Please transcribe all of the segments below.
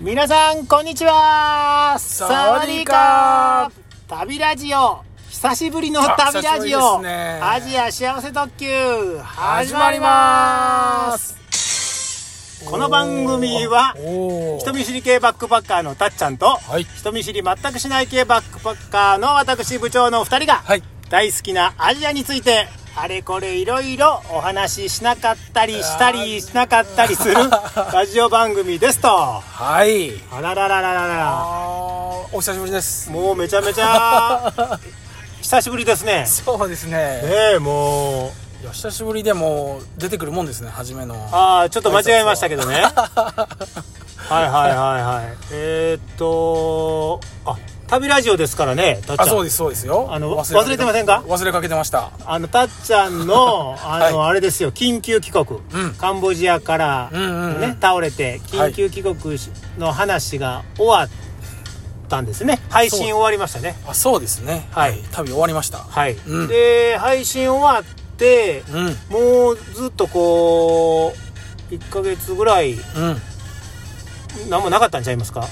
皆さんこんにちはサワディーカー旅ラジオ久しぶりの旅ラジあ久しオ、ぶりですねアジア幸せ特急始まりますこの番組はおお人見知り系バックパッカーのたっちゃんと、い人見知り全くしない系バックパッカーの私部長の2人が、はい大好きなアジアについてあれこれいろいろお話ししなかったりしたりしなかったり するラジオ番組ですとあはいららららららあーお久しぶりですもうめちゃめち ゃ久しぶりですねそうですねねえもういや久しぶりでも出てくるもんですね初めの ああちょっと間違えましたけどねはいはいはいはいえー、っとあ旅ラジオですからねたっちゃあんそうですそうですよあのかけ忘れてませんか忘れかけてましたあのたっちゃんのあの、 はあれですよ緊急帰国、うんカンボジアから、うんうんうんね、倒れて緊急帰国しの話が終わったんですね配信終わりましたねあそうですねはい旅終わりましたはい、うんで配信終わってうんうんもうずっとこう1ヶ月ぐらい何もなかったんちゃい ますか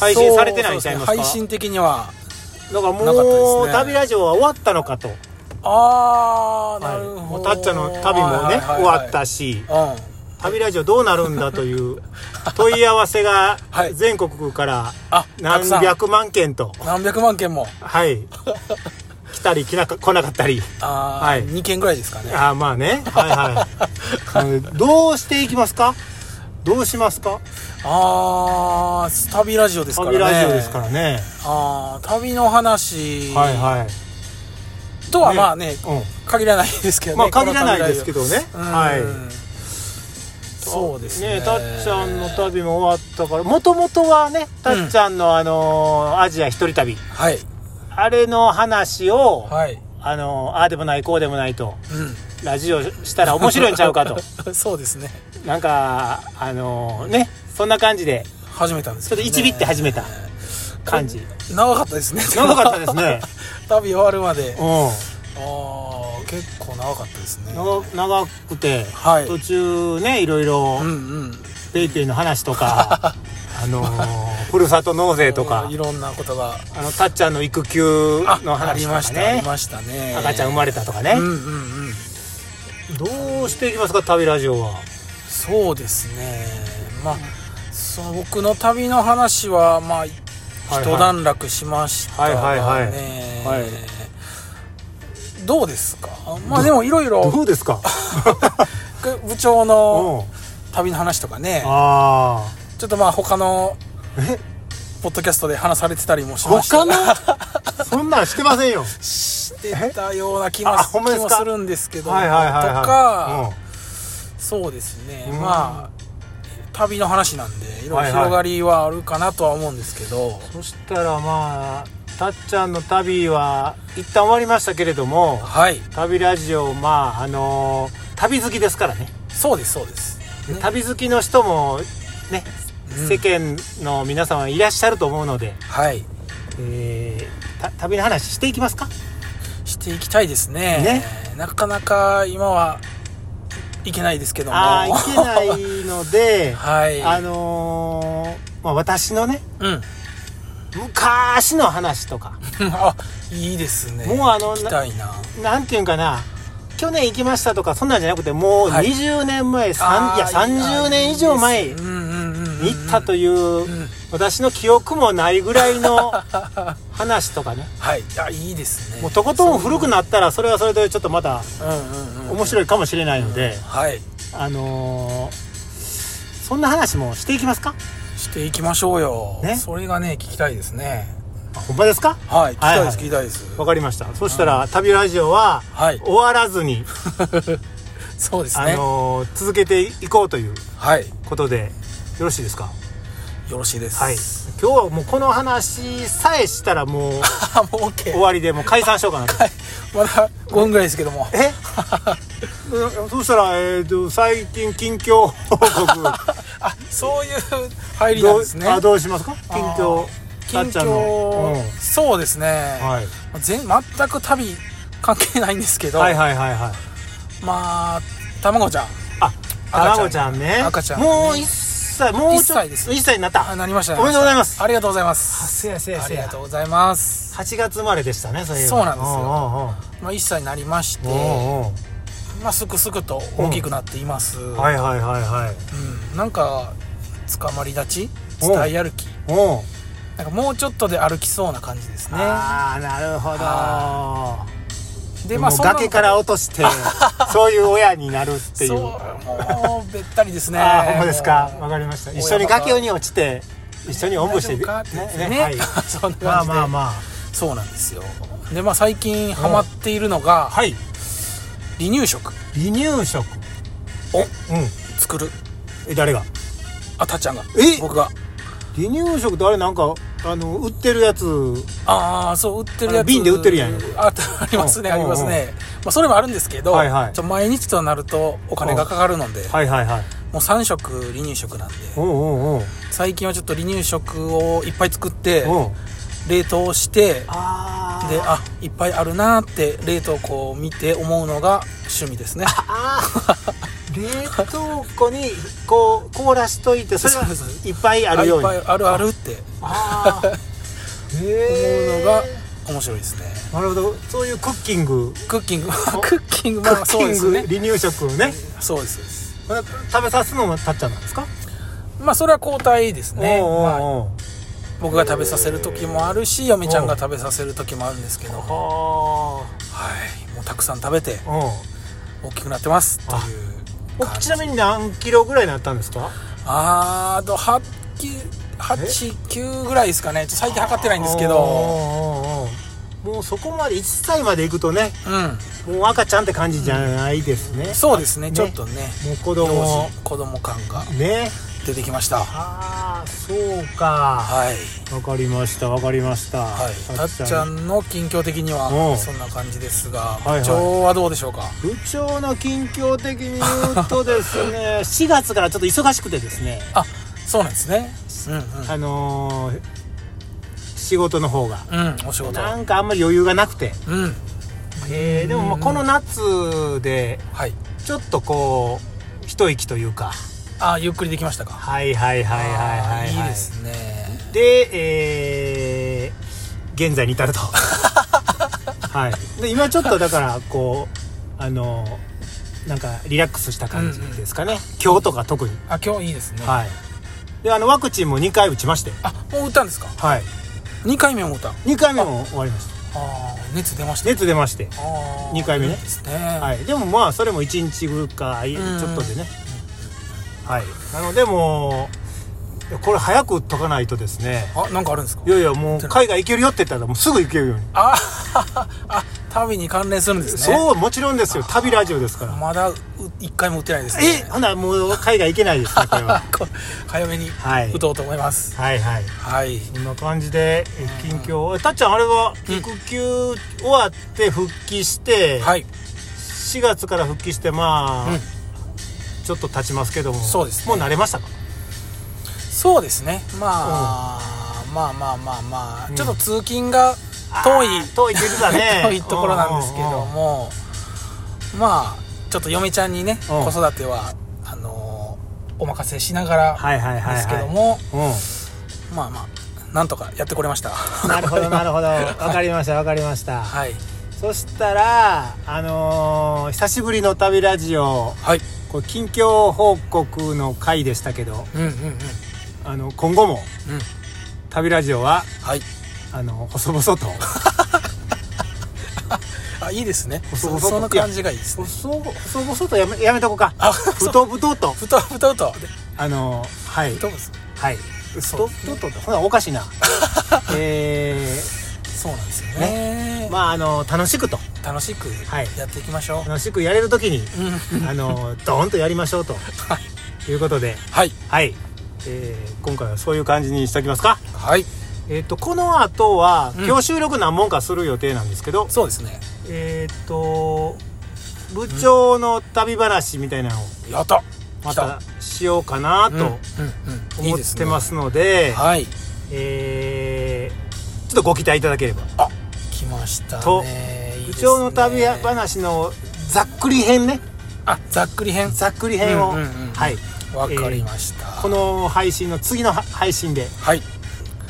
配信されてないんちゃいますかそうそうでね配信的にはだからもなかったですう、ね旅ラジオは終わったのかと、ああなるほど、もうたっちゃんの旅もね、はいはいはい終わったしうん旅ラジオどうなるんだという 問い合わせがはい全国からあたく何さん百万件と、何百万件も はい、来たり来なか来なかったりあ、ははいい、2件ぐらいですかねあーまあね はいはいうんどうしていきますかどうしますかああ旅ラジオですからね旅ラジオですからねあー旅の話はいはいとはまあねう限らないですけどん、ねまあ限らないですけどどねはいそうですねたっちゃんの旅も終わったからもともとはねたっちゃんの、あのーアジア一人旅はいあれの話を、はいあのーああでもないこうでもないとうラジオしたら面白いんちゃうか とんそうですねなんかあのーねそんな感じで始めたんですちょけっどとね一ビって始めた感じ長かったですね長かったですね 旅終わるまでうあんあ結構長かったですね長長くて、はい途中ねいろいろうんうんペイペイの話と かあのーふるさと納税とかいろんなことがあのたっちゃんの育休あのあ話りとかましたあねりましたね赤ちゃん生まれたとかね、うんうんうんどうしていきますか旅ラジオはそうですねまあその僕の旅の話はまあ一はい段落しましたね、はいはいはいはいどうですかまあでもいろいろうですか部長うのん旅の話とかねああちょっとまあ他のえポッドキャストで話されてたりもしまし他たのがそんなんしてませんよしてたような気もあほんまです気かもするんですけどとか、そうですね、うんまあ旅の話なんでいろいろ広がりはあるかなとは思うんですけど、うん、そしたらまあたっちゃんの旅は一旦終わりましたけれどもはい旅ラジオまああのー旅好きですからねそうですそうです旅好きの人もね、うん世間の皆様いらっしゃると思うので、はいえーた旅の話していきますかしていきたいですねねなかなか今はいけないですけどもああいけないので、 はいあのーまあ、私のねうん 昔の話とかあいいですねもうあの行きたいななんていうんかな去年行きましたとかそんなんじゃなくてもうはい20年前、さんあーいや30年以上前いいにですうんうんうんうん行ったという、ん私の記憶もないぐらい の話とかねはいあいいですねもうとことん古くなったらそれはそれでちょっとまたうんうんうん面白いかもしれないので、はいあのーそんな話もしていきますかしていきましょうよ、ねそれがね聞きたいですねあほんまですかはい聞きたいです、は聞きたいですわかりましたそしたら、旅ラジオははい終わらずに、そうですあねのー続けていこうというはいことでよろしいですかよろしいですはい、今日はもうこの話さえしたらもうあ もう OK 終わりでもう解散しよう かなとはいまだ5分ぐらいですけどもえうんそしたら、えー、と最近近況報告 あそういう入りなどんうですねあどうしますかあ近ー況近たっちゃんの、況そうですね、うんはい、全全く旅関係ないんですけど、はいはいはいはいまあたまごちゃんあ赤ちゃん卵ちゃんね赤ちゃんねもう1歳もうちょっ一歳です1歳になったあなりましたおめでとうございますありがとうございまあすせやせやあせりがやとうございます、 8月生まれでしたねそういえばそうなんですよよまあ、1歳になりましてまあすくすくと大きくなっています、はいはいはいはいうん、なんか捕まり立ちお伝え歩きおうなんかもうちょっとで歩きそうな感じですねああなるほはどでまあもうそんな崖から落と してそういう親になるっていうそうもうべったりですね ああほんまですかもうわかりました親一緒にバカ崖に落ちて一緒におんぶして大丈夫かって言ってね はいそんな感じでまあまあまあそうなんですよでまあ最近ハマっているのがはい離乳食離乳食おうん作るえ誰があたっちゃんがえ僕が離乳食ってあれなんかあの売ってるやつああそう売ってるあやのつ瓶で売ってるやんあありますねうんありますね、まあ、それもあるんですけど、はいはいちょ毎日となるとお金がかかるので、はいはいはいもう3食離乳食なんでおうおうおう最近はちょっと離乳食をいっぱい作っておう冷凍してあーであいっぱいあるなーって冷凍庫を見て思うのが趣味ですねあ ー冷凍庫にこう凍らしといてそれがそうそうそいっぱ いあるようにいっぱいあるあるってああ思うへのーが面白いですねなるほどそういうクッキングクッキング クッキングまあクッキそうンでグすね離乳食をねそうですそうです食べさすのもたっちゃんなんですかまあそれは交代ですねおうおうまあおう僕が食べさせる時もあるし嫁ちゃんが食べさせる時もあるんですけどはいはもうたくさん食べてあうん大きくなってますというお感じちなみに何キロぐらいになったんですかあーあと89ぐらいですかねちょっと最近測ってないんですけおどうおうおうもうそこまで1歳まで行くとねうんもう赤ちゃんって感じじゃないですね、そうですねねちょっとねもう子幼供児子供感がね出てきましたああそうかはいわかりましたわかりましたはいたっちんゃんの近況的にうはんそんな感じですがいはい部長はどうでしょうか部長の近況的に言うとです ね4月からちょっと忙しくてですねあそうなんですねうんあのー仕事の方がうんうんお仕事なんかあんまり余裕がなくて、うんえーでもまあこの夏ではいちょっとこう一息というかあゆっくりできましたかはいはいはいはいはい、はい、いいですねでえー現在に至るとはいで今ちょっとだからこうあのなんかリラックスした感じですかね、今日とか特にあ今日いいですねはいであのワクチンも2回打ちましてあもう打ったんですかはい2回目も打った2回目も終わりましたあー熱出ました熱出ましてあー二回目ねいいですねはいでもまあそれも1日ぐらいちうんょっとでねはいなのでもういやこれ早く打っとかないとですねあなんかあるんですかいやいやもう海外行けるよって言ったらもうすぐ行けるようにああ旅に関連するんですねそうもちろんですよ旅ラジオですからまだう一回も打ってないですえねほなもう海外行けないですね これはこれ早めにはい打とうと思いますはいはいはいこんな感じでえ近況えたっちゃんあれは育休終わって復帰してはい4月から復帰してまあ、うんちょっと経ちますけどもそうですねもう慣れましたかそうですねまあまあまあまあまあうんちょっと通勤が遠いあー 遠いって言ってたね 遠いところなんですけどうんうんうんもまあちょっと嫁ちゃんにねうん子育てはあのーお任せしながらはいはいはい、はい、ですけどもうまあまあなんとかやってこれ ましたんなるほどなるほど わかりましたわかりました、はいそしたらあのー久しぶりの旅ラジオはいこう近況報告の回でしたけどうんうんうんうんあの今後も旅ラジオははいあの細々とあいいですねそうそそうその感じがいいですね細細々とやめやめとこうかあふそうとぶととふとふとふとあのはいふとですはいふそとうぶととってほらおかしい なえそうなんですよねー、まああの楽しくと楽しくはいやっていきましょ楽しくやれる時にううんあのドーンとやりましょうとはいいうことではいはい、えー今回はそういう感じにしておきますかはいえっ、とこの後は、うん今日収録何本かする予定なんですけどそうですねえっ、と部長の旅話みたいなのをやったまたしようかなうんうんとうんい思いっですねてますのではいえーちょっとご期待いただければ来ましたとねいい部ですね長の旅話のざっくり編ねあざっくり編ざっくり編を、うんうんうんはいわかりました、この配信の次のは配信ではい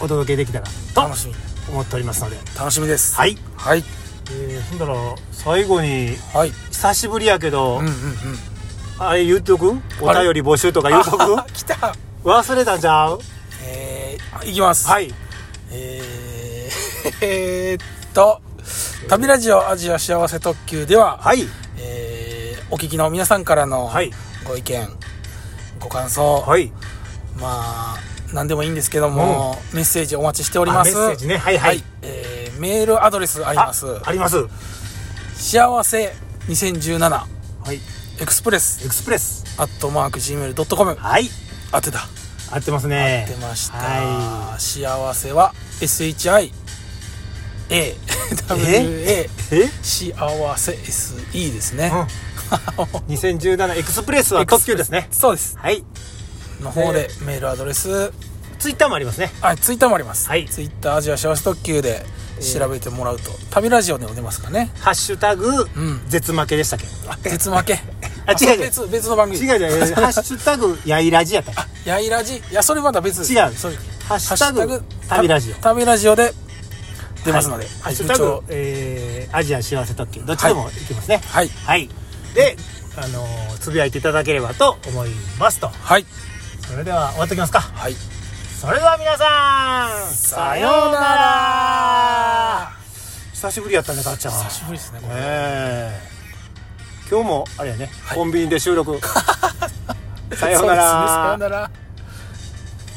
お届けできたらと楽しみ思っておりますので楽しみですはい、はいえー、ほんだら最後にはい久しぶりやけど、うんうんあれ言うとくお便あれり募集とかう言んうとあく 来た忘れたんちゃうえー、いきますはいえー、えーっと「旅ラジオアジア幸せ特急」で は、はいえーお聞きの皆さんからのはいご意見、ご感想、はいまあ何でもいいんですけども、メッセージお待ちしておりあまメッすセージねはいはい、はい、えーメールアドレスありあますありますは幸せ2017いエクスプレスエクスプレスアットマーク Gmail.com はい当てた合ってますね出ました、は幸せは SHI A WA いえ幸せ SE ですね、 うん、2017エクスプレスは特急ですねそうですはいの方でメールアドレスツイッターもありますねあツイッターもあります、はいツイッターアジア幸せ特急で調べてもらうと、旅ラジオでも出ますかねハッシュタグ、ん絶負けでしたっけ絶負け あ違う違う別別の番組違う 違うハッシュタグやいラジやったっけやいラジいやそれまた別です違うそれハッシュタグ旅ラジオ旅ラジオで出ますので、ハはッい、シュ部タ長グ、えーアジア幸せ特急どっちでもいきますねはいはい、であのーつぶやいていただければと思いますとはいそれでは終わってきますかはいそれでは皆さんさようなら久しぶりやったねかっちゃん久しぶりですねこれ、え え今日もあれやね、コンビニで収録ささようならさようなら